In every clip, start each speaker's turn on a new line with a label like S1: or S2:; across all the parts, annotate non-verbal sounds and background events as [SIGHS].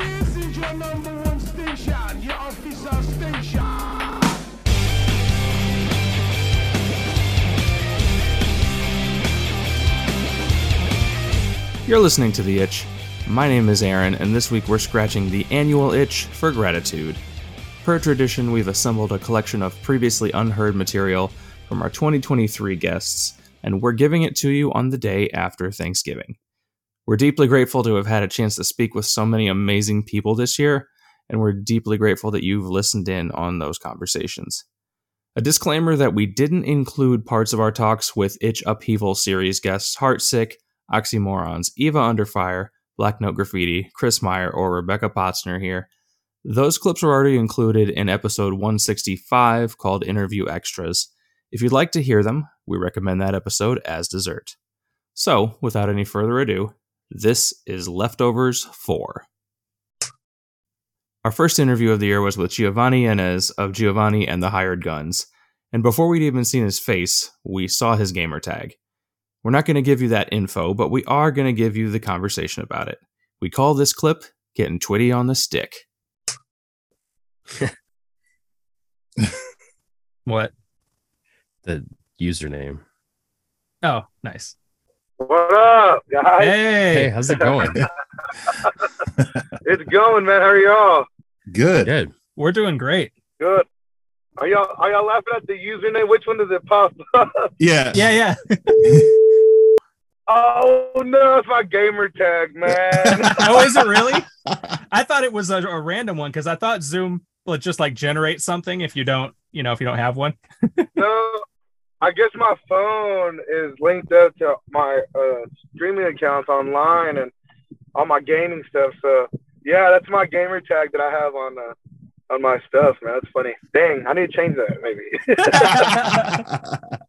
S1: is your number one station, your official station.
S2: You're listening to The Itch. My name is Aaron, and this week we're scratching the annual itch for gratitude. Per tradition, we've assembled a collection of previously unheard material from our 2023 guests, and we're giving it to you on the day after Thanksgiving. We're deeply grateful to have had a chance to speak with so many amazing people this year, and we're deeply grateful that you've listened in on those conversations. A disclaimer that we didn't include parts of our talks with Itch Upheaval series guests Heartsick, Oxymorons, Eva Underfire, Black Note Graffiti, Chris Meyer, or Rebecca Potzner here. Those clips were already included in episode 165 called Interview Extras. If you'd like to hear them, we recommend that episode as dessert. So, without any further ado, this is Leftovers 4. Our first interview of the year was with Giovanni Inez of Giovanni and the Hired Guns, and before we'd even seen his face, we saw his gamer tag. We're not going to give you that info, but we are going to give you the conversation about it. We call this clip Getting Twitty on the Stick.
S3: What?
S4: username.
S3: Oh, nice.
S5: What up, guys?
S4: Hey,
S3: Hey,
S4: how's it going?
S5: It's going, man. How are y'all?
S6: Good.
S4: Good.
S3: we're doing great.
S5: Good. Are y'all are y'all laughing at the username? Which one does it pop up?
S6: Yeah.
S3: Yeah, yeah.
S5: Oh no, it's my gamer tag, man.
S3: [LAUGHS] oh, is it really? I thought it was a, a random one because I thought Zoom would just like generate something if you don't, you know, if you don't have one.
S5: no, I guess my phone is linked up to my uh, streaming accounts online and all my gaming stuff. So yeah, that's my gamer tag that I have on uh, on my stuff, man. That's funny. Dang, I need to change that maybe.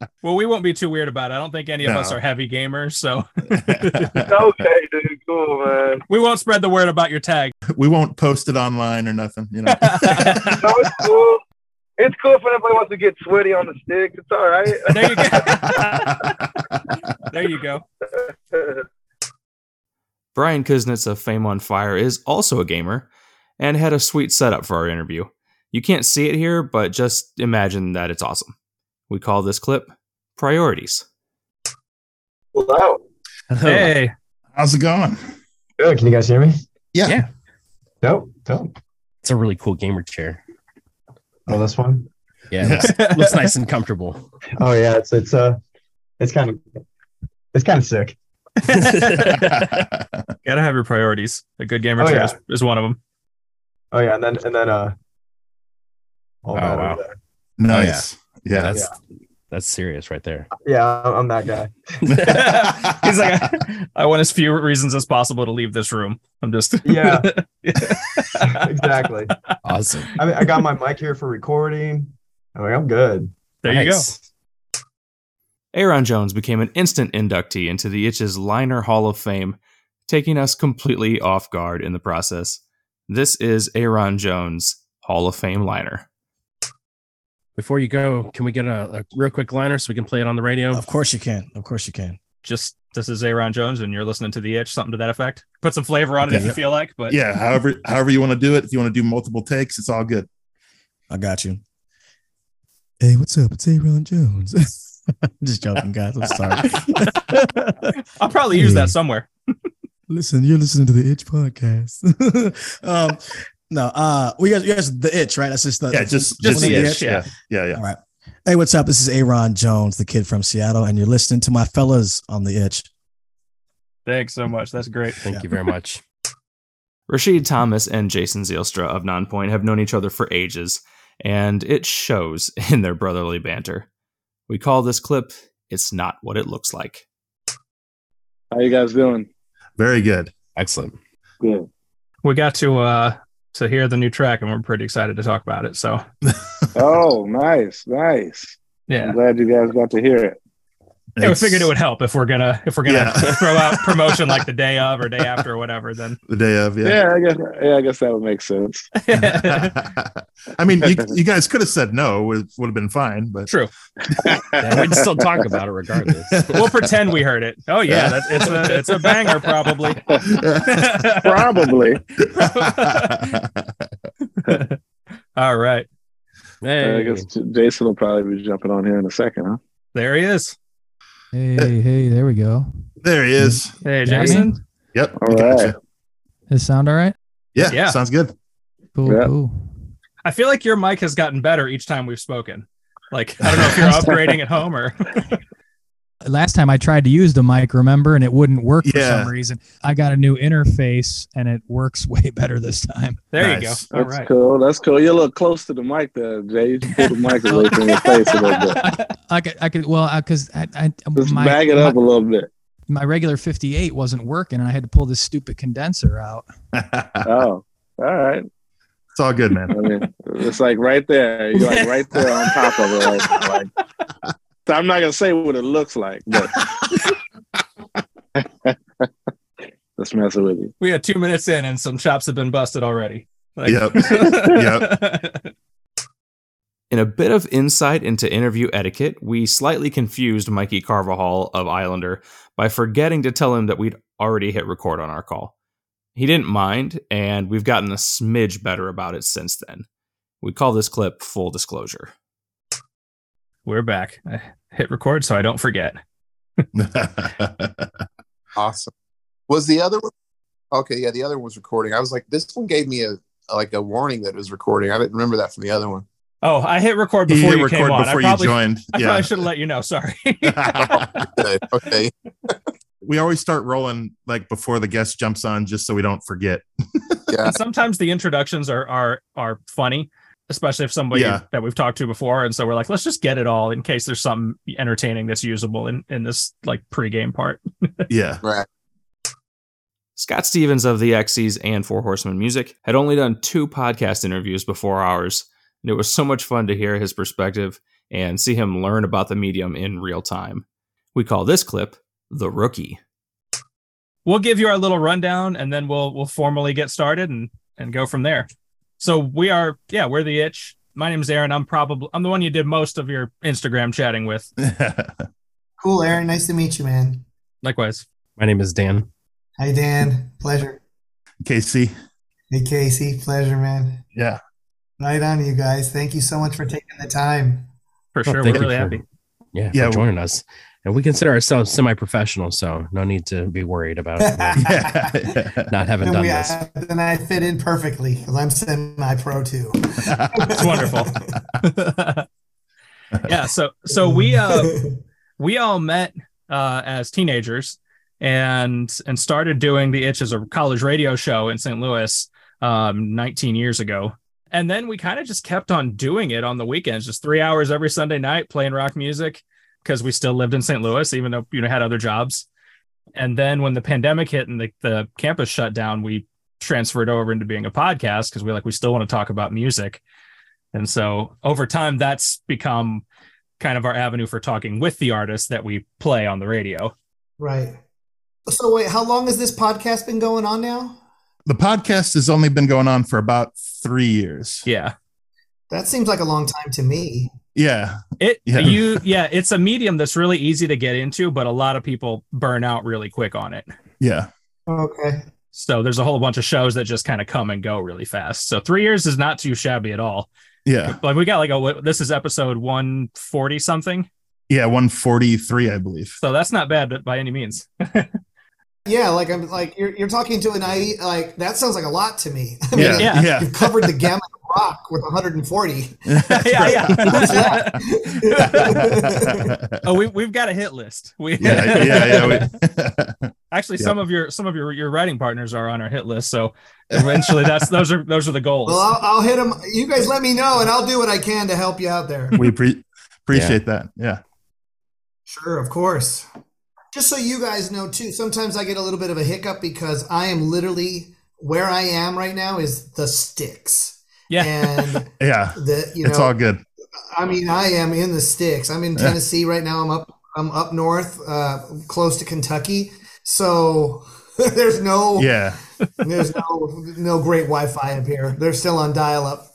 S5: [LAUGHS]
S3: Well, we won't be too weird about it. I don't think any of
S6: No.
S3: us are heavy gamers,
S7: [LAUGHS]
S3: so
S5: okay, dude. Cool, man.
S3: we won't spread the word about your tag.
S6: we won't post it online or nothing, you know.
S3: there
S5: No, it's cool. It's cool if anybody wants to get sweaty on the stick. It's all right.
S3: you go. [LAUGHS] there you go.
S2: Brian Kuznets of Fame on Fire is also a gamer and had a sweet setup for our interview. You can't see it here, but just imagine that it's awesome. We call this clip Priorities.
S5: wow.
S3: Hey,
S6: How's it going?
S7: Good. Can you guys hear me?
S6: Yeah.
S4: Yeah.
S7: Dope. Dope.
S4: It's a really cool gamer chair.
S7: Oh, this one.
S4: Yeah, it looks, looks nice and comfortable.
S7: Oh yeah. It's it's uh, it's kind of it's kind of sick.
S3: [LAUGHS] gotta have your priorities. A good gamer
S7: Oh,
S3: chair
S7: yeah.
S3: is, is one
S7: [LAUGHS]
S3: of them.
S7: Oh yeah. And then and then uh. Oh, man,
S4: wow.
S7: over
S6: nice. yeah.
S4: that's that's serious right there.
S7: there. Yeah, I'm, I'm that guy.
S3: He's like, I, I want as few reasons as possible to leave this room. I'm just [LAUGHS]
S7: Yeah. [LAUGHS] exactly.
S4: Awesome.
S7: I mean, I got my mic here for recording. I'm like, I'm good.
S3: there you go.
S2: Aaron Jones became an instant inductee into the Itch's Liner Hall of Fame, taking us completely off guard in the process. This is Aaron Jones, Hall of Fame Liner.
S4: Before you go, can we get a, a real quick liner so we can play it on the radio?
S8: Of course you can. Of course you can.
S3: Just this is Aaron Jones, and you're listening to the itch, something to that effect. Put some flavor on it if you
S6: Yeah.
S3: feel like, but
S6: Yeah, however however you want to do it. If you want to do multiple takes, it's all good.
S8: I got you. Hey, what's up? It's Aaron Jones. [LAUGHS] Just joking, guys. I'm sorry.
S3: I'll probably use
S2: Hmm.
S8: Hey.
S3: that somewhere.
S8: [LAUGHS] Listen, you're listening to the Itch podcast. [LAUGHS] um, no, uh, we guys, you guys, the Itch, right? That's just the
S6: Yeah, just
S3: Just
S6: just
S3: the
S6: yeah,
S3: itch, yeah.
S6: Yeah, yeah.
S8: All right. Hey, what's up? This is Aaron Jones, the kid from Seattle, and you're listening to my fellas on the Itch.
S3: Thanks so much. That's great.
S4: Thank you very much.
S2: Rashid Thomas and Jason Zielstra of Nonpoint have known each other for ages, and it shows [LAUGHS] in their brotherly banter. We call this clip It's Not What It Looks Like.
S5: How you guys doing?
S6: Very good.
S4: Excellent.
S5: Good.
S3: We got to uh to hear the new track, and we're pretty excited to talk about it. So
S5: [LAUGHS] Oh, nice, nice.
S3: yeah,
S5: glad you guys got to hear it.
S2: Yeah, we
S6: It's
S2: figured it would help if we're gonna if we're gonna
S6: Yeah.
S2: throw out promotion like the day of or day after or whatever. Then
S6: the day uh, of. Yeah.
S9: Yeah, I guess. Yeah, I guess that would make sense.
S6: I mean, you, you guys could have said no; it would have been fine. But
S2: true.
S4: [LAUGHS] Yeah, we'd still talk about
S6: [LAUGHS]
S4: it regardless.
S2: We'll pretend we heard it. Oh yeah, that, it's a it's a banger probably.
S9: Probably.
S2: [LAUGHS] All right,
S9: I
S4: Hey,
S9: guess J- Jason will probably be jumping on here in a second, huh?
S2: [LAUGHS] there he is.
S10: Hey, hey, there we go.
S6: there he is.
S2: Hey
S10: Yeah, I
S2: Jason.
S10: mean,
S6: Yep.
S9: All
S6: we
S9: right.
S6: you.
S10: Does it sound all right?
S6: Yeah,
S2: Yeah.
S6: Sounds good.
S10: Cool,
S9: Yeah.
S10: cool.
S2: I feel like your mic has gotten better each time we've spoken. Like I don't know if
S7: [LAUGHS]
S2: you're upgrading at home or [LAUGHS]
S10: Last time I tried to use the mic, remember, and it wouldn't work for
S6: Yeah.
S10: some reason. I got a new interface and it works [LAUGHS] way better this time.
S2: there you go.
S6: Nice.
S2: All
S9: That's
S2: right.
S9: cool. That's cool. You're a little close to the mic there, Jay. You should pull
S2: [LAUGHS]
S9: the mic away from your face a little bit.
S10: I could, I could, well, because I, I,
S9: Just
S10: my,
S9: bag it up
S10: my,
S9: a little bit.
S10: my regular 58 wasn't working and I had to pull this stupid condenser out.
S6: it's [LAUGHS]
S9: Oh, all right.
S6: all good, man.
S9: I mean, it's like right there. You're like right there on top of it. Like, like- I'm not gonna say what it looks like,
S6: [LAUGHS]
S9: but [LAUGHS] let's mess with you.
S2: We are two minutes in and some chops have been busted already. Like- [LAUGHS]
S11: [LAUGHS]
S6: Yep.
S7: In a bit of insight into interview etiquette, we slightly confused Mikey Carvajal of Islander by forgetting to tell him that we'd already hit record on our call. He didn't mind, and we've gotten a smidge better about it since then. We call this clip full disclosure.
S2: We're back. I hit record so I don't forget.
S12: Awesome. Was the other one? Okay, yeah, the other one was recording. I was like, this one gave me a like a warning that it was recording. I didn't remember that from the other one.
S2: Oh, I hit record before
S6: hit
S2: you came on.
S6: before
S2: I probably,
S6: you joined.
S2: [LAUGHS] I
S6: yeah.
S2: probably should have let you
S6: [LAUGHS]
S2: know. Sorry. [LAUGHS]
S12: Okay. okay.
S6: we always start rolling like before the guest jumps on, just so we don't forget.
S12: Yeah.
S2: and sometimes the introductions are are are funny, especially if somebody
S6: Yeah.
S2: that we've talked to before. And so we're like, let's just get it all in case there's something entertaining that's usable in in this like pregame part.
S6: Yeah.
S12: Right.
S7: Scott Stevens of the X's and Four Horsemen Music had only done two podcast interviews before ours, and it was so much fun to hear his perspective and see him learn about the medium in real time. We call this clip The Rookie.
S2: we'll give you our little rundown and then we'll we'll formally get started and and go from there so we are yeah we're the itch my name's aaron i'm probably i'm the one you did most of your instagram chatting with
S13: Cool, Aaron. Nice to meet you, man.
S2: likewise
S4: my name is Dan.
S13: Hi, Dan. Pleasure.
S6: Casey.
S13: Hey, Casey. Pleasure, man.
S6: Yeah.
S13: Right on, you guys. Thank you so much for taking the time.
S2: for
S4: Well,
S2: sure we're
S4: Oh, thank you
S2: really
S4: for-
S2: happy
S4: Yeah,
S6: Yeah,
S4: for
S6: we-
S4: joining us. And we consider ourselves semi-professional, so no need to be worried about
S6: yeah.
S4: not having
S13: And
S4: done
S13: we,
S4: this.
S13: uh, then I fit in perfectly because I'm semi pro
S4: [LAUGHS]
S13: too.
S2: it's wonderful yeah so so we uh we all met uh, as teenagers and and started doing the itch as a college radio show in st louis um, 19 years ago and then we kind of just kept on doing it on the weekends just three hours every sunday night playing rock music because we still lived in st louis even though you know had other jobs and then when the pandemic hit and the, the campus shut down we transferred over into being a podcast because we like we still want to talk about music and so over time that's become kind of our avenue for talking with the artists that we play on the radio.
S13: right. So, wait, how long has this podcast been going on now?
S6: the podcast has only been going on for about three years.
S2: Yeah.
S13: That seems like a long time to me.
S6: Yeah.
S2: It
S6: Yeah.
S2: you yeah, it's a medium that's really easy to get into, but a lot of people burn out really quick on it.
S6: Yeah.
S13: Okay.
S2: So there's a whole bunch of shows that just kind of come and go really fast. So 3 years is not too shabby at all.
S6: Yeah.
S2: Like we got like a what- this is episode 140 something.
S6: Yeah. 143, I believe.
S2: So that's not bad by any means.
S13: Yeah, like I'm like you're you're talking to an I like that sounds like a lot to me. [LAUGHS] I
S6: Yeah.
S2: [LAUGHS] Yeah.
S6: Yeah.
S13: You've covered the gamut of rock with 140.
S2: [LAUGHS] yeah, yeah.
S6: yeah.
S2: [LAUGHS] oh, we we've got a hit list. We
S6: Yeah. Yeah. we-
S2: [LAUGHS] Actually,
S6: Yeah.
S2: some of your some of your your writing partners are on our hit list, so eventually that's those are those are the goals.
S13: Well, I'll, I'll hit them. You guys let me know, and I'll do what I can to help you out there.
S6: we
S2: [LAUGHS]
S6: pre- appreciate that. Yeah.
S13: Sure, of course. Just so you guys know, too, sometimes I get a little bit of a hiccup because I am literally where I am right now is the sticks.
S2: Yeah.
S13: And
S6: [LAUGHS] Yeah.
S13: the, you
S6: It's
S13: know,
S6: all good.
S13: I mean, I am in the sticks. I'm in
S6: Yeah.
S13: Tennessee right now. I'm up I'm up north, uh, close to Kentucky, so [LAUGHS] there's no
S6: Yeah.
S13: there's no no great Wi-Fi up here. They're still on dial-up.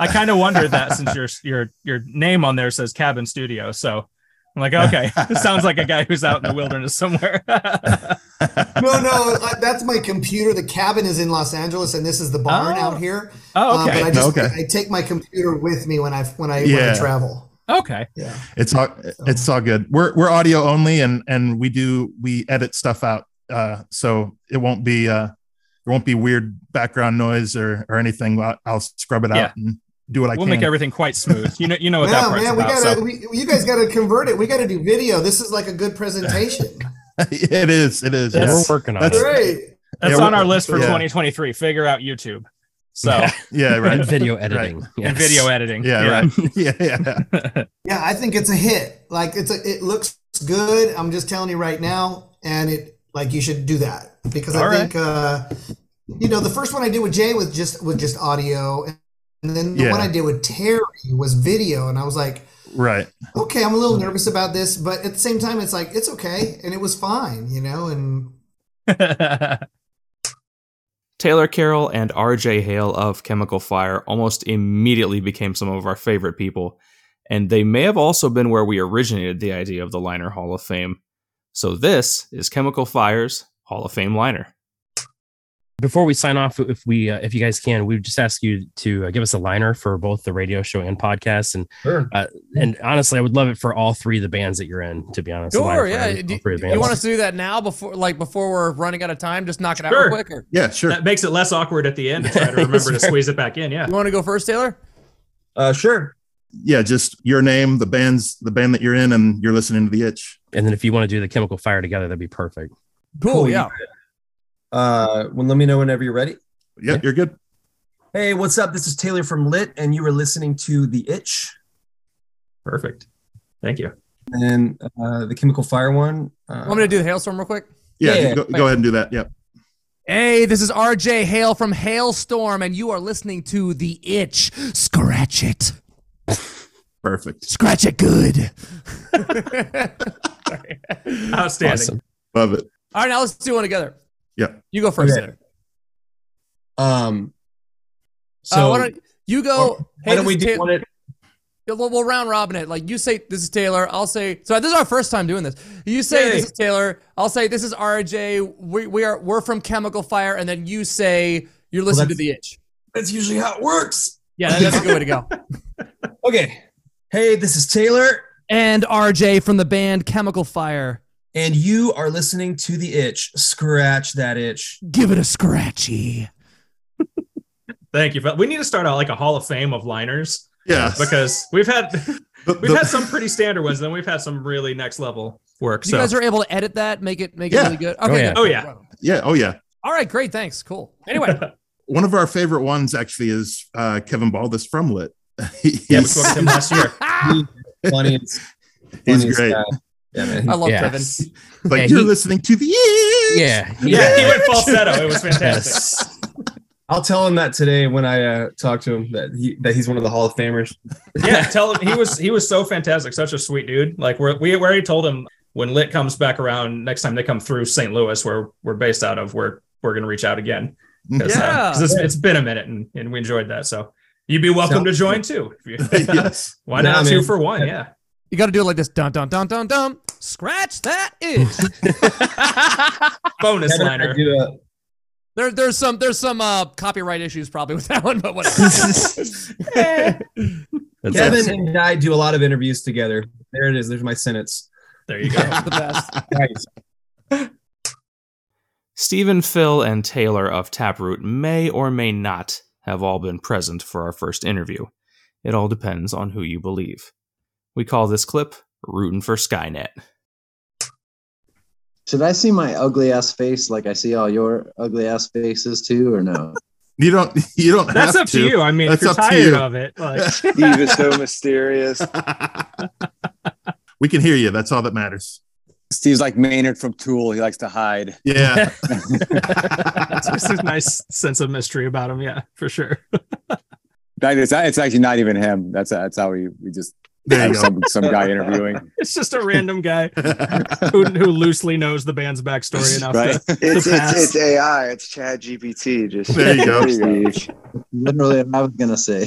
S2: I kind of wondered that since your your your name on there says cabin studio, so I'm like, okay, this sounds like a guy who's out in the wilderness somewhere.
S13: No, no, uh, that's my computer. The cabin is in Los Angeles, and this is the barn out here.
S2: Oh,
S13: Uh,
S2: okay.
S13: but I just
S6: Okay.
S13: I take my computer with me when I when I when
S6: Yeah.
S13: I travel.
S2: Okay.
S13: Yeah.
S6: It's all it's all good. We're we're audio only, and and we do we edit stuff out, uh, so it won't be uh, there won't be weird background noise or or anything. I'll, I'll scrub it out
S2: Yeah.
S6: and do what I
S2: we'll
S6: can.
S2: make everything quite smooth. You know, you know what that
S13: Yeah,
S2: part's
S13: man, we
S2: about.
S13: gotta.
S2: so.
S13: We, you guys gotta convert it. We gotta do video. This is like a good presentation.
S6: [LAUGHS] [LAUGHS] it is. It is.
S4: That's-
S6: yes.
S4: We're working on
S6: That's-
S4: it.
S13: Great.
S2: That's
S6: Yeah,
S2: on
S6: we're-
S2: our list for
S6: yeah.
S2: 2023. Figure out YouTube. So
S6: [LAUGHS] Yeah, right.
S4: And video
S6: Right.
S4: editing.
S2: and video editing.
S6: Yeah, right. [LAUGHS] Yeah, yeah.
S2: [LAUGHS]
S13: Yeah, I think it's a hit. Like it's a, it looks good. I'm just telling you right now, and it like you should do that because I
S2: All right.
S13: think uh, you know the first one I did with Jay was just was just audio, and then the
S6: Yeah.
S13: one I did with Terry was video, and I was like,
S6: Right.
S13: okay, I'm a
S8: Mm.
S13: little nervous about this, but at the same time, it's like it's okay, and it was fine, you know, and
S7: Taylor Carroll and RJ Hale of Chemical Fire almost immediately became some of our favorite people, and they may have also been where we originated the idea of the Liner Hall of Fame. So, this is Chemical Fire's Hall of Fame Liner.
S4: Before we sign off, if we uh, if you guys can, we would just ask you to uh, give us a liner for both the radio show and podcast, and
S14: Sure.
S4: uh, and honestly, I would love it for all three of the bands that you're in. To be honest, a liner
S11: Sure,
S4: for
S11: yeah.
S4: every-
S11: Do,
S4: all three of
S11: do
S4: the
S11: you
S4: bands.
S11: want us to do that now before, like, before we're running out of time? Just knock it out real
S2: Sure.
S11: quicker.
S6: Yeah, sure.
S2: That makes it less awkward at the end to
S6: [LAUGHS]
S2: try to remember to
S11: Sure.
S2: squeeze it back in. Yeah.
S11: You want to go first, Taylor?
S6: Uh, sure. Yeah, just your name, the band's the band that you're in, and you're listening to the itch.
S4: And then if you want to do the Chemical Fire together, that'd be perfect.
S11: Cool. yeah.
S15: Uh, well, let me know whenever you're ready.
S6: Yep, you're good.
S15: Hey, what's up? This is Taylor from Lit, and you were listening to The Itch.
S2: Perfect. Thank you.
S15: And uh, the Chemical Fire one. Uh,
S11: Want me to do the hailstorm real quick?
S6: Yeah, Go, go ahead and do that. Yep.
S11: Hey, this is RJ Hale from Hailstorm, and you are listening to The Itch. [LAUGHS] Scratch it.
S6: Perfect.
S11: Scratch it good.
S2: Outstanding.
S6: Love it.
S11: All right, now let's do one together.
S6: Yeah.
S11: You go first,
S15: Okay.
S11: Taylor.
S15: Um,
S11: So
S15: so
S11: Uh, why don't you go? hey,
S15: why don't
S11: this
S15: we
S11: is
S15: do
S11: Taylor-
S15: one at-
S11: Yeah, We'll, we'll round robin it. Like you say, this is Taylor. I'll say. So this is our first time doing this. You say this is Taylor. I'll say this is RJ. We, we are we're from Chemical Fire, and then you say you're listening to the itch.
S15: that's usually how it works.
S11: Yeah, that- that's a good way to go.
S15: Okay. [LAUGHS] Hey, this is Taylor.
S11: And RJ from the band Chemical Fire.
S15: And you are listening to The Itch. Scratch that itch.
S11: Give it a scratchy.
S2: Thank you. We need to start out like a Hall of Fame of liners.
S6: Yeah.
S2: Because we've had [LAUGHS] we've
S6: the-
S2: had some pretty standard ones, then we've had some really next level work.
S11: You
S2: so
S11: guys are able to edit that, make it make it
S6: Yeah.
S11: really good.
S6: Oh,
S11: Okay.
S6: yeah.
S11: good.
S2: Oh, yeah.
S6: Yeah. Oh yeah.
S11: All right. Great. Thanks. Cool. Anyway.
S6: One of our favorite ones actually is uh, Kevin Baldus from Lit. [LAUGHS]
S2: yeah, we
S6: He's-
S2: spoke to him
S6: [LAUGHS]
S2: last year.
S15: Funniest.
S6: He's
S15: funniest
S6: great.
S15: guy. Yeah, man.
S11: I love
S4: Yeah.
S11: Kevin.
S6: Like
S4: Yeah,
S6: you're
S4: he-
S6: listening to the itch.
S4: Yeah.
S2: Yeah, he
S6: [LAUGHS]
S2: went falsetto. It was fantastic.
S15: I'll tell him that today when I uh, talk to him that he that he's one of the Hall of
S2: [LAUGHS]
S15: Famers.
S2: yeah, tell him he was he was so fantastic, such a sweet dude. Like we're, we we already told him when Lit comes back around next time they come through St. Louis, where we're based out of, we're we're gonna reach out again. 'Cause, uh,
S11: Yeah.
S2: 'cause it's, it's been a minute, and, and we enjoyed that. So you'd be welcome to [LAUGHS] join too. If you- [LAUGHS] Why
S15: Yeah,
S2: not
S15: man.
S2: two for one? Yeah.
S11: You got to do it like this. Dun dun dun dun dun. Scratch that itch.
S2: Bonus
S15: Kevin, I
S2: liner.
S15: do a-
S11: There, there's some there's some uh, copyright issues probably with that one, but whatever.
S4: That's
S15: Kevin
S4: awesome.
S15: and I do a lot of interviews together. There it is. There's my sentence.
S2: There you go.
S11: the best.
S15: Nice.
S7: Stephen, Phil, and Taylor of Taproot may or may not have all been present for our first interview. It all depends on who you believe. We call this clip Rootin' for Skynet.
S16: Should I see my ugly ass face like I see all your ugly ass faces too, or no?
S6: You don't. You don't.
S16: That's
S6: have
S16: up to you. I mean, if
S6: That's
S16: you're
S6: up to
S16: tired
S6: you.
S16: of
S2: it,
S16: [LAUGHS] Steve is so
S17: mysterious.
S6: we can hear you. That's all that matters.
S17: Steve's like Maynard from Tool. He likes to hide. [LAUGHS]
S6: Yeah.
S2: It's just a nice sense of mystery about him. Yeah, for sure.
S17: Like, it's, it's actually not even him. That's that's how we we just
S6: There you
S17: Have
S6: go.
S17: Some, some guy interviewing.
S2: It's just a random guy who, who loosely knows the band's backstory enough
S17: Right.
S2: to,
S18: It's,
S2: to pass.
S18: it's, it's AI. It's Chat GPT.
S6: [LAUGHS]
S18: Just
S6: There you go.
S16: Literally, what I was gonna say.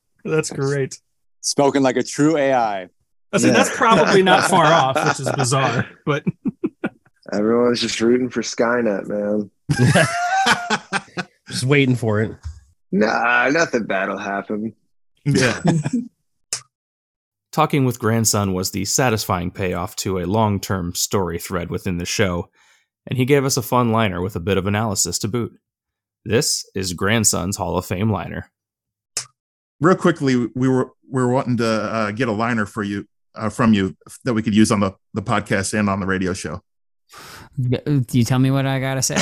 S16: [LAUGHS]
S2: That's great.
S17: Spoken like a true AI.
S2: I said, that's probably not far off, which is bizarre. But
S18: Everyone's just rooting for Skynet, man.
S4: Just waiting for it.
S18: Nah, nothing bad'll happen.
S6: Yeah.
S7: Talking with Grandson was the satisfying payoff to a long term story thread within the show, and he gave us a fun liner with a bit of analysis to boot. This is Grandson's Hall of Fame liner.
S6: real quickly, we were we were wanting to uh, get a liner for you uh, from you that we could use on the the podcast and on the radio show.
S19: Do you tell me what I gotta
S20: [LAUGHS]
S19: say?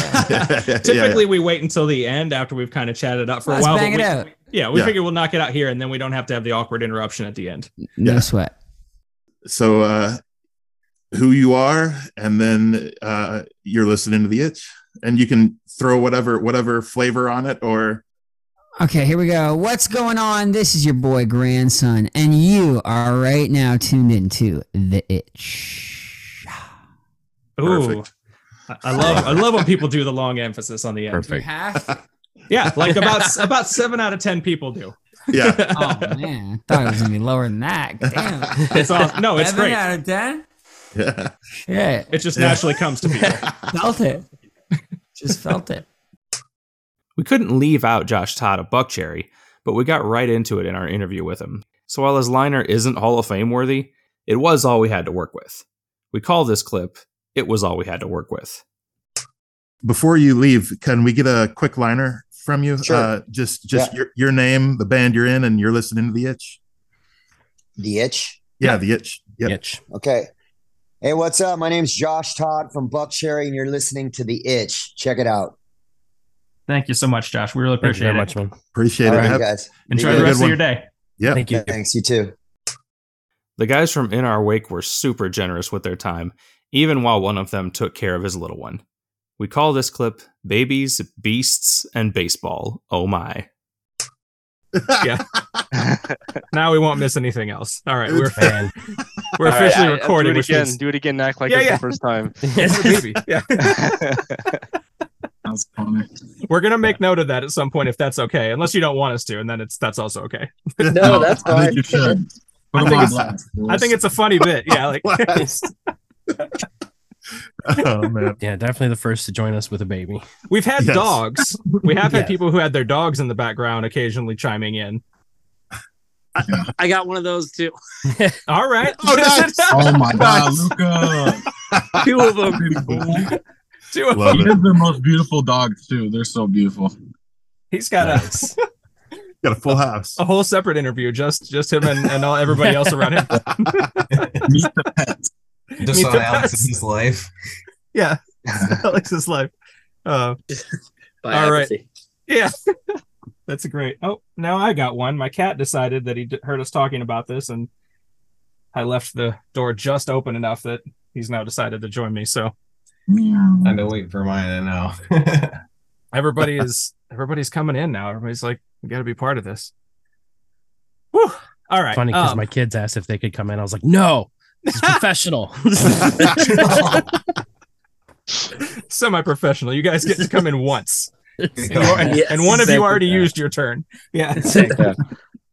S2: typically, we wait until the end after we've kind of chatted up for
S19: Let's
S2: a while.
S19: bang
S2: but
S19: it
S2: we-
S19: out.
S2: yeah, we
S6: Yeah.
S2: figure we'll knock it out here, and then we don't have to have the awkward interruption at the end.
S19: No sweat.
S6: So, uh, who you are, and then uh, you're listening to the itch, and you can throw whatever whatever flavor on it, or
S19: Okay, here we go. What's going on? This is your boy grandson, and you are right now tuned into the itch.
S2: Ooh, I, I love I love when people do the long emphasis on the end.
S19: You have to-
S2: [LAUGHS] Yeah, like about about seven out of ten people do. [LAUGHS]
S6: yeah,
S19: oh man, I thought it was gonna be lower than [LAUGHS] that. Damn,
S2: It's awesome. No, it's
S19: Seven
S2: great.
S19: out of ten.
S6: yeah,
S19: Shit.
S2: It just
S19: Yeah.
S2: naturally comes to people.
S19: [LAUGHS] felt it. Just felt it.
S7: We couldn't leave out Josh Todd of Buckcherry, but we got right into it in our interview with him. So while his liner isn't Hall of Fame worthy, it was all we had to work with. We call this clip It Was All We Had to Work With.
S6: before you leave, can we get a quick liner from you?
S7: Sure.
S6: Uh, just just
S7: Yeah.
S6: your your name, the band you're in, and you're listening to the itch.
S21: The itch.
S6: Yeah, the itch. Yep.
S4: Itch.
S21: Okay. Hey, what's up? My name's Josh Todd from Buck Cherry, and you're listening to The Itch. Check it out.
S2: Thank you so much, Josh. We really
S4: Thank you
S2: appreciate
S4: very
S2: it.
S4: much, man.
S6: Appreciate
S21: All right, guys.
S2: Enjoy
S21: Have
S2: the
S21: a
S2: rest
S21: good
S2: of your
S21: one.
S2: day.
S6: Yeah.
S21: Thank you. Thanks. You too.
S7: The guys from In Our Wake were super generous with their time, even while one of them took care of his little one. We call this clip Babies, Beasts, and Baseball.
S21: [LAUGHS]
S7: Oh my.
S2: yeah. now we won't miss anything else. All right, we're
S4: Man.
S2: [LAUGHS] we're
S20: All right,
S2: officially
S20: I- I'll
S2: recording.
S20: Do it
S2: which
S20: again.
S2: means-
S20: Do it again. Act like
S2: Yeah,
S20: it's
S2: yeah.
S20: the first time.
S2: [LAUGHS] It's
S20: [LAUGHS]
S2: a baby. Yeah.
S20: funny.
S2: We're gonna make note of that at some point if that's okay. Unless you don't want us to, and then it's that's also okay.
S20: [LAUGHS]
S19: [LAUGHS]
S20: No, that's I think fine. you should. Put
S2: I
S20: them
S2: think
S20: on
S2: it's-
S20: blast,
S2: I
S20: boys.
S2: think it's a funny bit. Yeah, like
S6: [LAUGHS] Oh man.
S4: Yeah, definitely the first to join us with a baby.
S2: [LAUGHS] We've had
S4: Yes. [LAUGHS]
S2: dogs. We have had
S4: Yes.
S2: people who had their dogs in the background occasionally chiming in.
S22: I got one of those too.
S2: [LAUGHS] All right.
S22: Oh,
S2: [LAUGHS]
S22: nice. Oh, my God,
S23: Luca.
S22: Two of them.
S2: Two of
S23: He
S2: them.
S23: has the most beautiful dogs too. They're so beautiful.
S2: He's got a
S6: got a full house.
S2: A whole separate interview, just just him and, and all everybody else
S15: [LAUGHS]
S2: around
S9: [LAUGHS]
S2: him.
S24: Just
S2: Meet
S24: on
S2: the
S24: Alex's life.
S2: Yeah. [LAUGHS] Alex's life. Uh, all right.
S24: Biography.
S2: Yeah. [LAUGHS] That's great. Oh, now I got one. My cat decided that he d- heard us talking about this, and I left the door just open enough that he's now decided to join me. So
S24: I've been waiting for mine and now. [LAUGHS]
S2: everybody is everybody's coming in now. Everybody's like, we got to be part of this. Whew. All right.
S4: Funny because
S2: um,
S4: my kids asked if they could come in. I was like, no,
S2: [LAUGHS]
S4: this is professional. [LAUGHS]
S2: semi-professional. You guys get to
S24: [LAUGHS]
S2: come in once,
S20: [LAUGHS]
S2: and, you- and
S22: Yes,
S2: one of you
S22: exactly
S2: already
S22: that.
S2: used your turn. [LAUGHS] Yeah.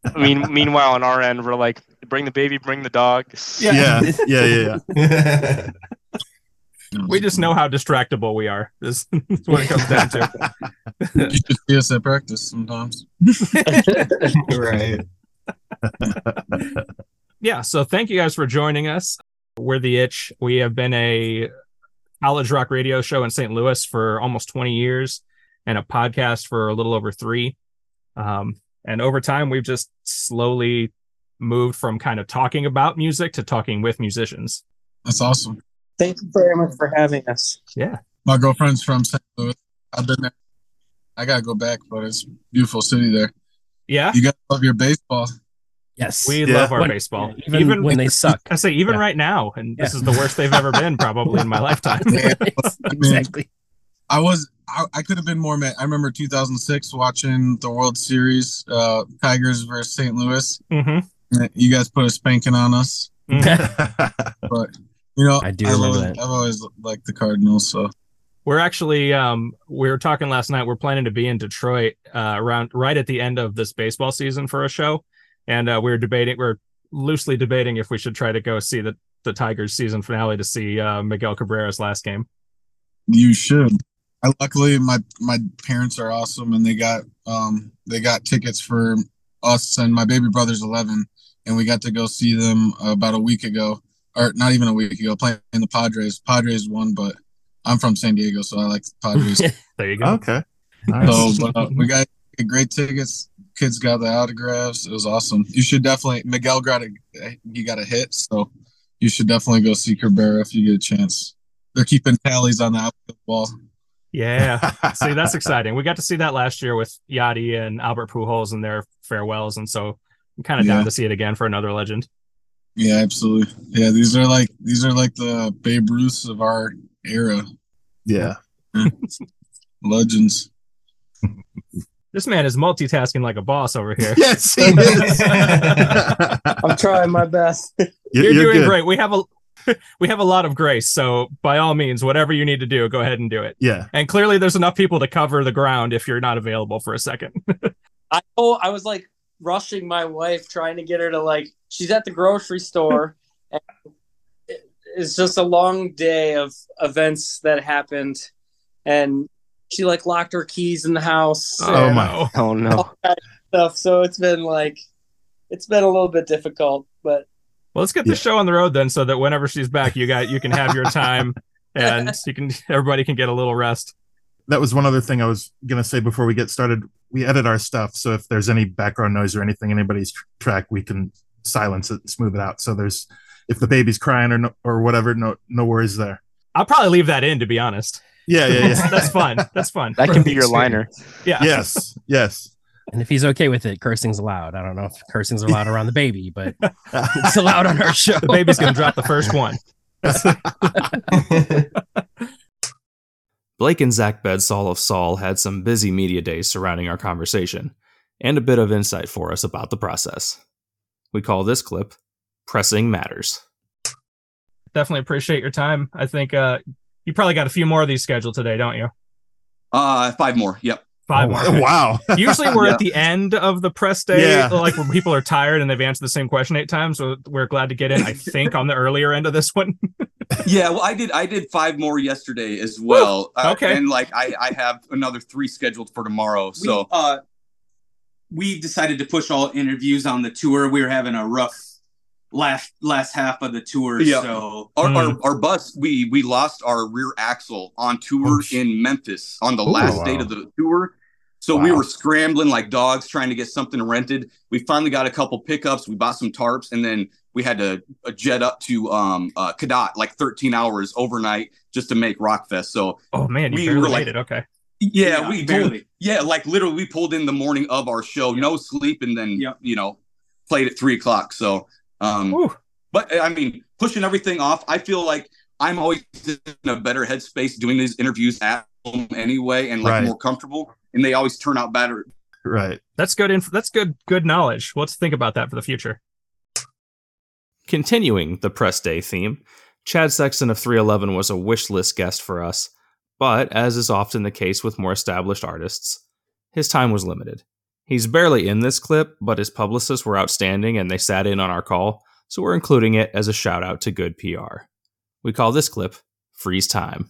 S20: I mean, meanwhile, on our end, we're like, bring the baby, bring the dog.
S2: Yeah. Yeah.
S6: Yeah, yeah,
S20: yeah.
S2: we just know how distractible we are. This is what it comes down to.
S23: you
S6: [LAUGHS]
S23: should see us at practice sometimes.
S24: right.
S2: yeah so thank you guys for joining us we're the itch we have been a college rock radio show in st louis for almost 20 years and a podcast for a little over three um, and over time we've just slowly moved from kind of talking about music to talking with musicians
S23: That's awesome.
S22: Thank you very much for having us.
S2: yeah
S23: My girlfriend's from St. Louis. I've been there. I gotta go back, but it's a beautiful city there.
S2: Yeah.
S23: You gotta love your baseball.
S4: Yes.
S2: we
S23: Yeah.
S2: love our
S23: When-
S2: baseball
S23: even when they suck.
S2: [LAUGHS] i say even right now and this is the worst they've ever been probably
S23: [LAUGHS]
S2: in my lifetime
S23: exactly. I was I, I could have been more mad. I remember 2006 watching the World Series, uh, Tigers versus St. Louis.
S4: Mm-hmm.
S2: Mhm.
S23: You guys put a spanking on us, but you know
S4: Mm-hmm. I do
S23: I've
S4: remember
S23: always,
S4: that.
S23: I've always liked the Cardinals, so
S2: We're actually um we were talking last night. We're planning to be in Detroit uh, around right at the end of this baseball season for a show, and uh, we are debating. We're loosely debating if we should try to go see the the Tigers season finale to see uh, Miguel Cabrera's last game.
S23: you should. I luckily my my parents are awesome, and they got um they got tickets for us and my baby brother's eleven, and we got to go see them about a week ago, or not even a week ago, playing the Padres. Padres won, but I'm from San Diego, so I like the Padres.
S2: [LAUGHS] there you
S23: go.
S6: Okay.
S23: So but, uh, we got great tickets. Kids got the autographs. It was awesome. You should definitely Miguel got a he got a hit, so you should definitely go see Cabrera if you get a chance. They're keeping tallies on the outfield wall.
S2: Yeah, see that's exciting. We got to see that last year with Yachty and Albert Pujols and their farewells, and so I'm kind of down
S23: Yeah.
S2: to see it again for another legend.
S23: Yeah, absolutely. Yeah, these are like these are like the Babe Ruths of our era.
S6: Yeah.
S23: Legends.
S2: This man is multitasking like a boss over [LAUGHS] here.
S6: [LAUGHS] yes, he
S2: is.
S22: [LAUGHS] I'm trying my best.
S2: you're, doing great. We have a [LAUGHS] we have a lot of grace, so by all means, whatever you need to do, go ahead and do it.
S6: Yeah.
S2: And clearly, there's enough people to cover the ground if you're not available for a second. [LAUGHS]
S22: I oh, I was like rushing my wife, trying to get her to like. She's at the grocery store, and it- it's just a long day of events that happened, and she like locked her keys in the house.
S4: Oh,
S22: and
S4: my. Oh, no.
S22: all that Stuff. So it's been like, it's been a little bit difficult, but
S2: Well, let's get the show on the road then, so that whenever she's back, you got you can
S6: [LAUGHS]
S2: have your time, and you can everybody can get a little rest.
S6: that was one other thing I was gonna say before we get started. We edit our stuff, so if there's any background noise or anything in anybody's tr- track, we can silence it, and smooth it out. So there's if the baby's crying or no, or whatever, no no worries there.
S2: I'll probably leave that in to be honest.
S6: Yeah, yeah, yeah.
S2: [LAUGHS] that's fun. That's fun.
S6: That can be your liner.
S2: [LAUGHS] Yeah.
S6: Yes, yes.
S4: And if he's okay with it, cursing's allowed. I don't know if cursing's allowed around the baby, but it's allowed
S2: [LAUGHS]
S4: on our show.
S2: The baby's gonna drop the first one.
S7: Blake and Zach Bedsall of Saul had some busy media days surrounding our conversation, and a bit of insight for us about the process. We call this clip Pressing Matters.
S2: Definitely appreciate your time. I think uh, you probably got a few more of these scheduled today, don't you?
S25: Uh, five more. Yep. [LAUGHS]
S2: Five more. [LAUGHS] Usually we're
S25: Oh, Yeah.
S2: at the end of the press day,
S25: Yeah.
S2: [LAUGHS] like when people are tired and they've answered the same question eight times. So we're glad to get in.
S25: [LAUGHS]
S2: I think on the earlier end of this one.
S25: [LAUGHS] yeah. Well, I did. I did five more yesterday as well. Uh,
S2: okay.
S25: and like I, I have another three scheduled for tomorrow. So we, uh, we decided to push all interviews on the tour. We were having a rough last last half of the tour. Yeah. So Our, Hmm. our our bus we we lost our rear axle on
S2: Oh,
S25: tour in Memphis on the Ooh. last Wow. date of the tour. So we were scrambling like dogs trying to get something rented. We finally got a couple pickups. We bought some tarps, and then we had to uh, jet up to um uh, Cadot like 13 hours overnight just to make Rockfest. So
S2: Oh man, you
S25: we
S2: barely
S25: were like
S2: made it. Okay.
S25: yeah,
S2: Yeah,
S25: we
S2: barely.
S25: barely. yeah, like literally, we pulled in the morning of our show, no sleep, and then you know, played at three o'clock. So, um, but I mean, pushing everything off. I feel like I'm always in a better headspace doing these interviews at home anyway, and like
S6: Right.
S25: more comfortable, and they always turn out better.
S6: Right.
S2: That's good. Inf- that's good. Good knowledge. Let's think about that for the future.
S7: Continuing the press day theme, Chad Sexton of 311 was a wish list guest for us, but as is often the case with more established artists, his time was limited. He's barely in this clip, but his publicists were outstanding and they sat in on our call, so we're including it as a shout out to good PR. We call this clip Freeze Time.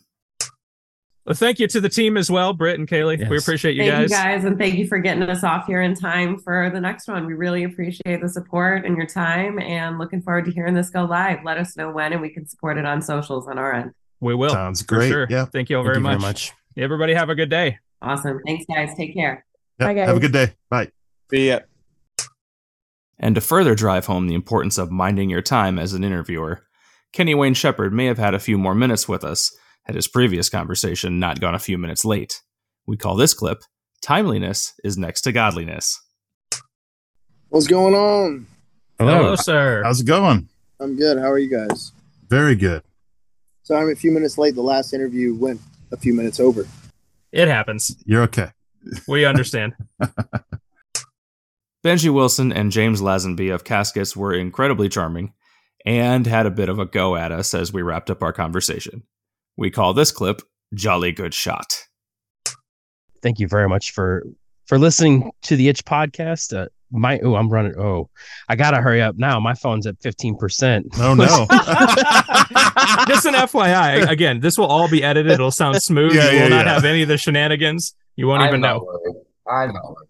S2: Well, thank you to the team as well, Britt and Kaylee. We appreciate you
S5: thank
S2: guys.
S5: you guys, and thank you for getting us off here in time for the next one. We really appreciate the support and your time, and looking forward to hearing this go live. Let us know when, and we can support it on socials on our end.
S2: We will.
S6: Sounds
S2: for
S6: great.
S2: Sure.
S6: Yeah.
S2: Thank you all
S6: Thank
S2: very,
S6: you very
S2: much. Everybody have a good day.
S5: Awesome. Thanks, guys. Take care.
S6: Yep. Have a good day. Bye.
S25: See ya.
S7: And to further drive home the importance of minding your time as an interviewer, Kenny Wayne Shepherd may have had a few more minutes with us had his previous conversation not gone a few minutes late. We call this clip Timeliness is Next to Godliness.
S8: What's going on?
S7: Hello.
S8: Hello,
S2: sir.
S6: How's it going?
S8: I'm good. How are you guys?
S6: Very good.
S8: So I'm a few minutes late. The last interview went a few minutes over.
S2: It happens.
S6: You're okay.
S2: We understand.
S7: Benji Wilson and James Lazenby of Caskets were incredibly charming and had a bit of a go at us as we wrapped up our conversation. We call this clip Jolly Good Shot.
S4: [LAUGHS] Thank you very much for for listening to the Itch podcast. Uh, my oh, I'm running. Oh, I gotta hurry up now. My phone's at fifteen percent.
S6: Oh
S4: [LAUGHS]
S6: no!
S2: Just
S7: [LAUGHS]
S2: an FYI. Again, this will all be edited.
S6: [LAUGHS]
S2: It'll sound smooth.
S6: Yeah,
S2: you will
S6: yeah,
S2: not
S6: yeah.
S2: have any of the shenanigans. You won't
S9: I'm
S2: even
S9: not
S2: know.
S9: worried. I'm not worried.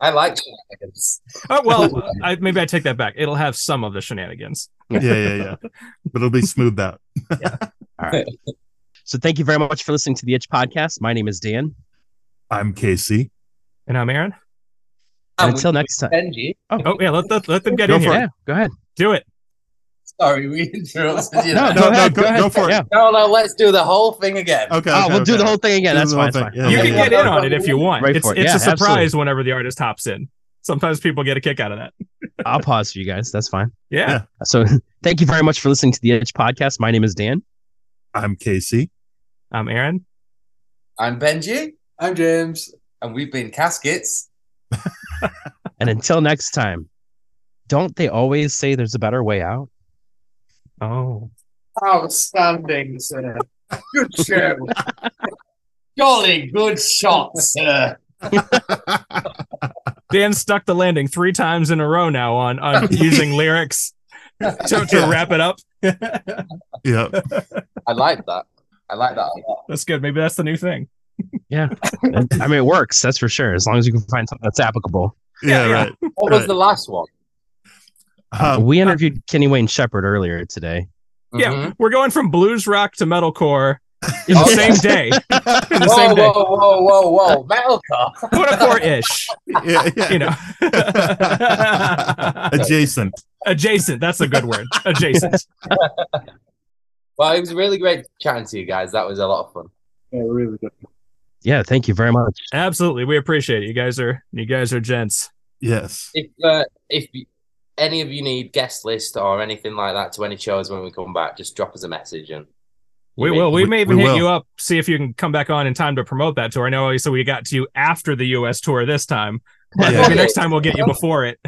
S9: I like shenanigans.
S2: Oh,
S6: [LAUGHS]
S2: well, I, maybe I take that back. It'll have some of the shenanigans.
S6: yeah, yeah, yeah. But it'll be smoothed out.
S4: All right. [LAUGHS] So thank you very much for listening to the Itch podcast. My name is Dan,
S6: I'm Casey.
S2: and I'm Aaron.
S4: and until next time.
S2: [LAUGHS]
S9: Benji.
S4: Oh,
S2: Oh yeah, let, let, let them get
S4: Go
S2: in
S4: for
S2: here.
S4: it. Yeah, go ahead.
S2: Do it.
S9: Sorry, we
S4: [LAUGHS]
S9: interrupted [LAUGHS] you.
S4: No,
S9: there.
S4: no, no, go- go for it. Yeah.
S9: No, no, let's do the whole thing again.
S6: Okay.
S4: oh,
S6: okay,
S4: we'll do
S6: okay.
S4: the whole thing again.
S6: Do
S4: That's
S6: the
S4: fine.
S6: whole
S4: That's
S6: thing. Yeah,
S4: fine.
S2: you
S6: yeah,
S2: can
S6: yeah.
S2: get in on it if you want.
S4: Right
S2: it's
S4: for it.
S2: it's
S4: Yeah,
S2: a surprise
S4: absolutely.
S2: whenever the artist hops in. Sometimes people get a kick out of that.
S4: I'll pause for you guys. That's fine.
S2: Yeah.
S4: So [LAUGHS] thank you very much for listening to the Edge podcast. My name is Dan.
S6: I'm Casey.
S2: I'm Aaron. [LAUGHS]
S9: I'm Benji. I'm James. And we've been caskets.
S4: And until next time, don't they always say there's a better way out?
S2: Oh.
S9: Outstanding, sir. Good show. Jolly good shot, sir.
S2: Dan stuck the landing three times in a row now
S6: [LAUGHS]
S2: on, on using lyrics to, to wrap it up. [LAUGHS]
S6: Yeah.
S9: I like that. I like that. a lot.
S2: That's good. Maybe that's the new thing. [LAUGHS]
S4: Yeah. I mean, it works. That's for sure. As long as you can find something that's applicable.
S6: Yeah, right.
S9: What was
S6: Right. Um,
S9: the last one?
S4: Uh, we interviewed Kenny Wayne Shepherd earlier today.
S2: Yeah.
S6: Mm-hmm.
S2: We're going from blues rock to metalcore in
S6: Oh.
S2: the same day. [LAUGHS] In the
S9: whoa,
S2: same day.
S9: whoa, whoa, whoa, whoa, Metalcore.
S2: Metalcore ish.
S6: [LAUGHS] Yeah, yeah.
S2: You know.
S6: [LAUGHS] Adjacent.
S2: Adjacent. That's a good word. Adjacent.
S9: Well, it was really great chatting to you guys. That was a lot of fun.
S18: Yeah, really good.
S4: Yeah. Thank you very much.
S2: Absolutely. We appreciate it. You guys are you guys are gents.
S6: Yes.
S9: If uh, if y- any of you need guest list or anything like that to any shows when we come back, just drop us a
S4: [LAUGHS]
S9: message and
S2: We
S9: you may-
S2: will. We, may even
S6: we
S2: hit
S6: will.
S2: you up, see if you can come back on in time to promote that tour. I know, so we got to you after the U.S. tour this time, but
S6: Yeah.
S2: maybe next time we'll get you before it.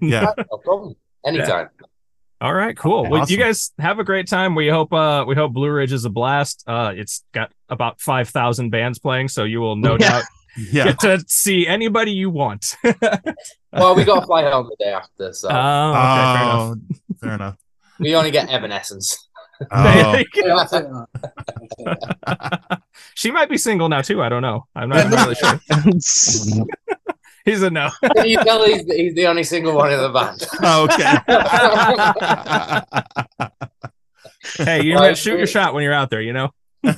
S6: Yeah.
S9: No problem. Anytime.
S2: All right, cool. Well, you
S6: Awesome.
S2: guys have a great time. We hope uh we hope Blue Ridge is a blast. Uh it's got about 5,000 bands playing, so you will no
S4: Yeah.
S2: doubt
S6: [LAUGHS] Yeah.
S2: get to see anybody you
S6: [LAUGHS]
S2: want. oh, okay,
S9: Well, we got to fly home the day after, so
S2: fair
S6: Oh,
S2: enough.
S6: fair enough.
S9: we only
S4: [LAUGHS]
S9: get Evanescence.
S6: Oh.
S2: [LAUGHS] she might be single now too. I don't know. I'm not I'm not really sure.
S9: [LAUGHS]
S2: [LAUGHS] He's a no.
S9: Can you tell he's, he's the only single one in
S4: [LAUGHS]
S9: the band?
S6: Oh, okay.
S9: [LAUGHS]
S2: Hey, you
S9: Well,
S2: might shoot your shot when you're out there. You know.
S9: It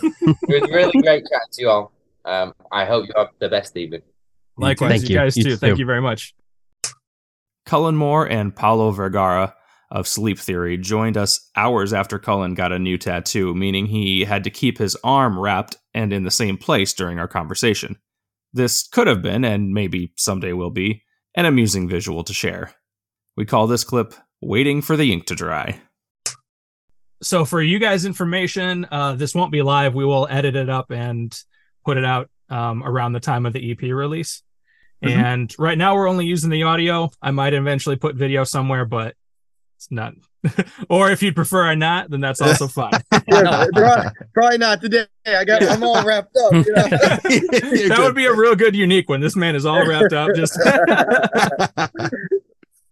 S9: was really great chatting to you all. Um, I hope you have the best evening.
S2: Likewise,
S4: Thank
S2: you,
S4: you.
S2: guys
S4: You
S2: too. Thank
S4: too.
S2: you very much.
S7: Cullen Moore and Paulo Vergara of Sleep Theory joined us hours after Cullen got a new tattoo, meaning he had to keep his arm wrapped and in the same place during our conversation. This could have been, and maybe someday will be, an amusing visual to share. We call this clip Waiting for the Ink to Dry.
S2: so for you guys information uh this won't be live we will edit it up and put it out um around the time of the ep release
S6: Mhm.
S2: and right now we're only using the audio i might eventually put video somewhere but it's not [LAUGHS] or if you'd prefer i not then that's [LAUGHS] also fine
S8: [LAUGHS] Yeah, try, try not today. I got I'm all wrapped up. You know?
S2: [LAUGHS] that would be a real good unique one this man is all wrapped up [LAUGHS] just
S8: [LAUGHS]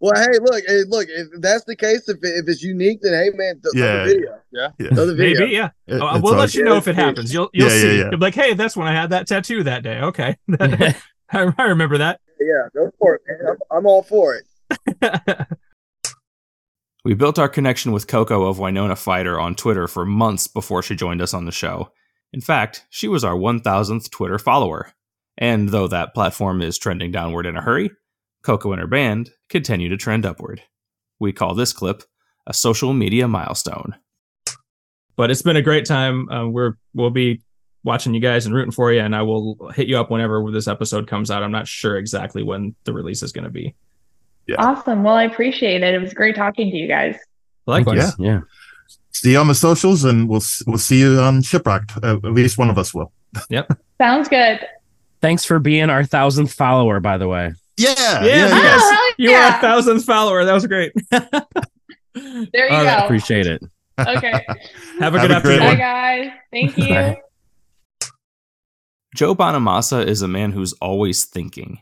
S8: Well, hey, look, hey, look. If that's the case, if, it, if it's unique, then hey, man, th-
S6: Yeah.
S8: yeah. video. Yeah,
S6: Yeah.
S8: Throw the video.
S2: maybe yeah
S6: It-
S2: Uh,
S6: it's
S2: we'll let
S6: awesome.
S2: you know if it happens you'll you'll
S6: Yeah, yeah,
S2: see
S6: yeah.
S2: you'll be like hey that's when i had that tattoo that day okay [LAUGHS] i I remember that
S8: Yeah, go for it, man. I'm, I'm all for it.
S7: We built our connection with Coco of Winona Fighter on Twitter for months before she joined us on the show. In fact, she was our 1000th Twitter follower. And though that platform is trending downward in a hurry, Coco and her band continue to trend upward. We call this clip a social media milestone.
S2: but it's been a great time. Uh, we're we'll be watching you guys and rooting for you, and I will hit you up whenever this episode comes out. I'm not sure exactly when the release is going to be.
S10: Awesome. Well, I appreciate it. It was great talking to you guys.
S2: Likewise,
S4: Yeah.
S6: See you on the socials, and we'll s- we'll see you on Shipwrecked. Uh, at least one of us will.
S2: Yep.
S10: Sounds good.
S4: Thanks for being our thousandth follower, by the way.
S6: Yeah.
S2: Yeah.
S10: [LAUGHS]
S2: yes. you are a thousandth follower. That was great.
S10: There you go.
S4: All right, appreciate it.
S10: Okay.
S2: [LAUGHS] Have a good
S4: great
S10: Bye,
S4: one.
S10: guys. Thank you.
S4: Bye.
S7: Joe Bonamassa is a man who's always thinking.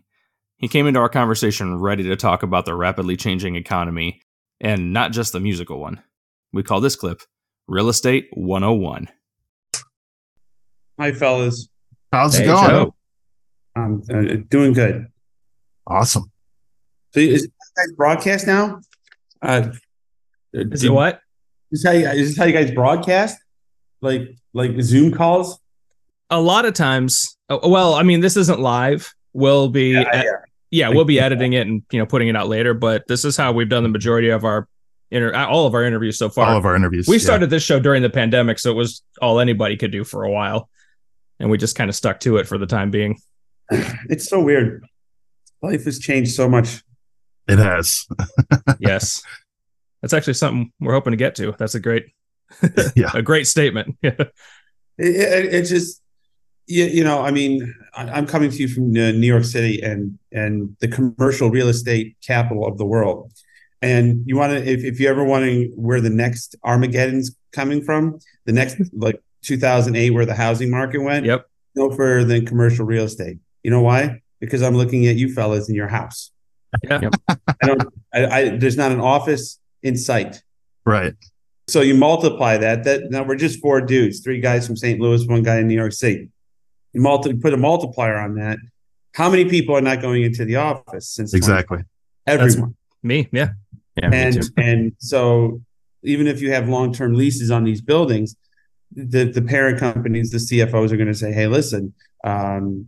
S7: He came into our conversation ready to talk about the rapidly changing economy, and not just the musical one. We call this clip Real Estate 101.
S14: Hi, fellas.
S6: How's it Hey, going? Joe.
S14: I'm uh, doing good.
S6: Awesome.
S14: So is this how you guys broadcast now? Uh, is
S2: it what?
S14: Is this, how you, is this how you guys broadcast? Like like Zoom calls?
S2: a lot of times oh, well i mean this isn't live we'll be yeah, we'll be editing it and you know putting it out later but this is how we've done the majority of our inter- uh, all of our interviews so far
S6: All of our interviews,
S2: we
S6: yeah.
S2: started this show during the pandemic so it was all anybody could do for a while and we just kind of stuck to it for the time being
S14: [SIGHS] It's so weird. Life has changed so much.
S6: It has. [LAUGHS]
S2: yes that's actually something we're hoping to get to that's
S6: [LAUGHS]
S2: a great [LAUGHS] a great statement
S14: It, it, it just you, you know, I mean, I, I'm coming to you from uh, New York City and and the commercial real estate capital of the world. And you want to, if, if you're ever wondering where the next Armageddon's coming from, the next like 2008, where the housing market went,
S2: yep,
S14: no further than commercial real estate. You know why? Because I'm looking at you fellas in your house.
S2: Yeah,
S14: I don't. I, I there's not an office in sight.
S6: Right.
S14: So you multiply that. That now we're just four dudes, three guys from St. Louis, one guy in New York City. You multi put a multiplier on that. How many people are not going into the office since 20?
S6: Exactly.
S14: Everyone.
S2: me yeah yeah
S14: and and so even if you have long term leases on these buildings, the the parent companies, the CFOs are going to say, "Hey, listen, um,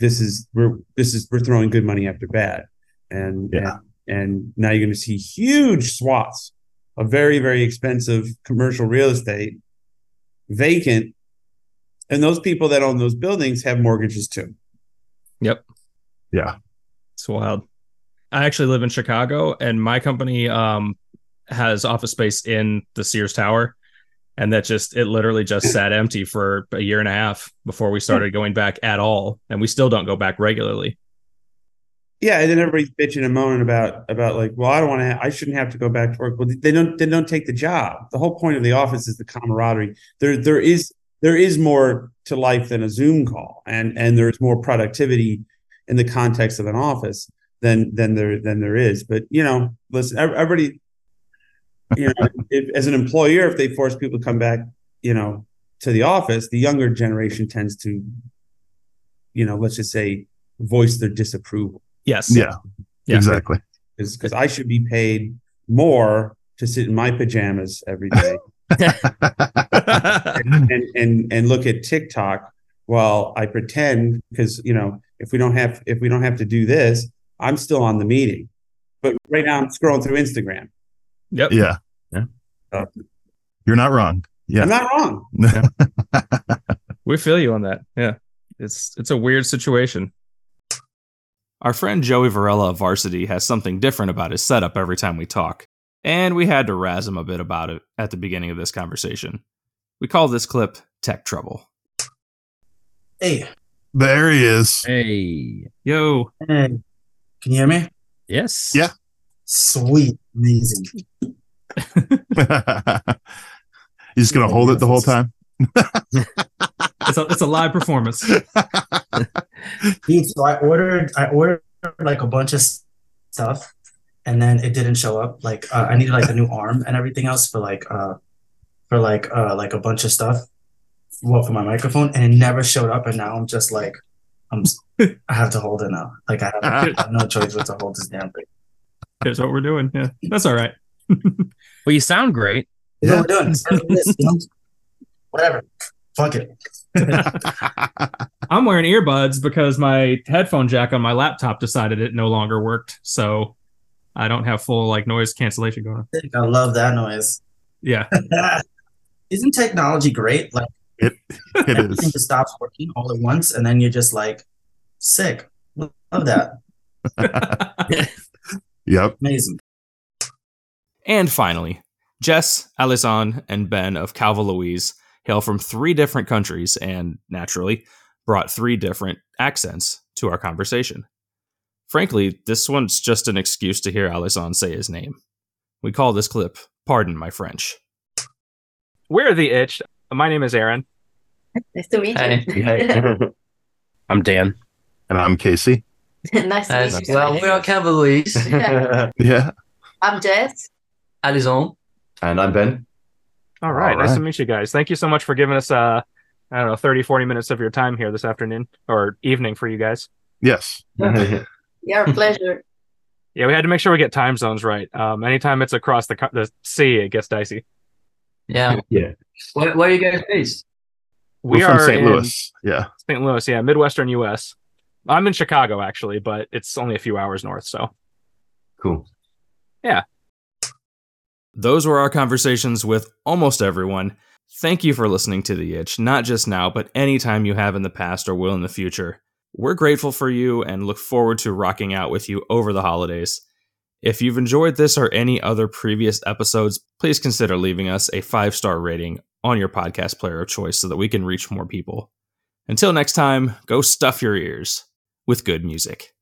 S14: this is we're this is we're throwing good money after bad," and and, and now you're going to see huge swaths of very very expensive commercial real estate vacant, and those people that own those buildings have mortgages too.
S2: Yep.
S6: Yeah.
S2: It's wild. I actually live in Chicago and my company um has office space in the Sears Tower. And that just it literally just sat empty for a year and a half before we started going back at all. And we still don't go back regularly.
S14: Yeah, and then everybody's bitching and moaning about about like, well, I don't want to. Ha- I shouldn't have to go back to work. Well, they don't. They don't take the job. The whole point of the office is the camaraderie. There, there is there is more to life than a Zoom call, and and there's more productivity in the context of an office than than there than there is. But you know, listen, ev- everybody, you know, [LAUGHS] if, as an employer, if they force people to come back, you know, to the office, the younger generation tends to, you know, let's just say, voice their disapproval.
S2: Yes.
S6: Yeah. Exactly.
S14: Because I should be paid more to sit in my pajamas every
S6: [LAUGHS]
S14: day and, and, and and look at TikTok while I pretend because you know if we don't have if we don't have to do this, I'm still on the meeting. But right now I'm scrolling through Instagram.
S2: Yep.
S6: Yeah. Yeah. You're not wrong. Yeah.
S14: I'm not
S6: [LAUGHS]
S14: wrong.
S2: We feel you on that. Yeah. It's it's a weird situation.
S7: Our friend Joey Varela of Varsity has something different about his setup every time we talk, and we had to razz him a bit about it at the beginning of this conversation. We call this clip Tech Trouble.
S12: Hey.
S6: There he is.
S12: Hey.
S2: Yo.
S12: Hey. Can you hear me?
S2: Yes.
S6: Yeah.
S12: Sweet. Amazing.
S6: He's just gonna hold it the whole time.
S2: [LAUGHS] It's a, it's a live performance.
S12: Dude, so I ordered I ordered like a bunch of stuff and then it didn't show up. Like uh, I needed like a new arm and everything else for like uh for like uh like a bunch of stuff. Well for my microphone and it never showed up and now I'm just like I'm s- I have to hold it now. Like I have, I have no choice but to hold this damn thing.
S2: Here's what we're doing. Yeah. That's all right.
S12: Well you sound great. You know what we're doing. It's like this, you know? Whatever. Fuck it. [LAUGHS]
S2: I'm wearing earbuds because my headphone jack on my laptop decided it no longer worked. So I don't have full like noise cancellation going on.
S12: I love that noise.
S2: Yeah.
S12: Isn't technology great? Like
S6: it,
S12: everything just stops working all at once, and then you're just like sick. Love that.
S6: Yep.
S12: Amazing.
S7: And finally, Jess, Alison, and Ben of Calva Louise hail from three different countries and, naturally, brought three different accents to our conversation. Frankly, this one's just an excuse to hear Alison say his name. We call this clip Pardon My French.
S2: We're the itch. My name is Aaron.
S13: Nice to meet you.
S4: I'm Dan.
S6: And I'm
S4: [LAUGHS]
S6: Casey.
S13: [LAUGHS] nice to
S11: As
S13: meet you.
S11: well, we are Cavaliers.
S6: yeah.
S13: I'm Jess.
S11: Alison.
S24: And I'm Ben.
S2: All right,
S24: All
S2: nice
S24: right.
S2: to meet you guys. Thank you so much for giving us uh I don't know 30 40 minutes of your time here this afternoon or evening for you guys.
S6: Yes.
S2: yeah,
S13: Yeah, a pleasure.
S2: we had to make sure we get time zones right. Um anytime it's across the co- the sea it gets dicey.
S11: Yeah.
S24: Yeah.
S11: Where, where are you guys based?
S2: We
S6: We're from
S2: are
S6: St.
S2: in
S6: Louis. Yeah.
S2: St. Louis, yeah, Midwestern US. I'm in Chicago actually, but it's only a few hours north, so.
S24: Cool.
S2: Yeah.
S7: Those were our conversations with almost everyone. Thank you for listening to The Itch, not just now, but anytime you have in the past or will in the future. We're grateful for you and look forward to rocking out with you over the holidays. If you've enjoyed this or any other previous episodes, please consider leaving us a five star rating on your podcast player of choice so that we can reach more people. Until next time, go stuff your ears with good music.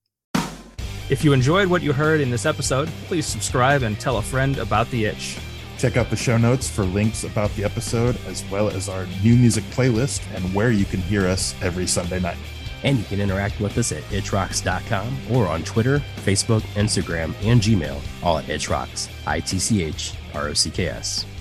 S2: If you enjoyed what you heard in this episode, please subscribe and tell a friend about the itch.
S6: Check out the show notes for links about the episode, as well as our new music playlist and where you can hear us every Sunday night.
S4: And you can interact with us at itchrocks.com or on Twitter, Facebook, Instagram, and Gmail, all at itchrocks, I T C H R O C K S.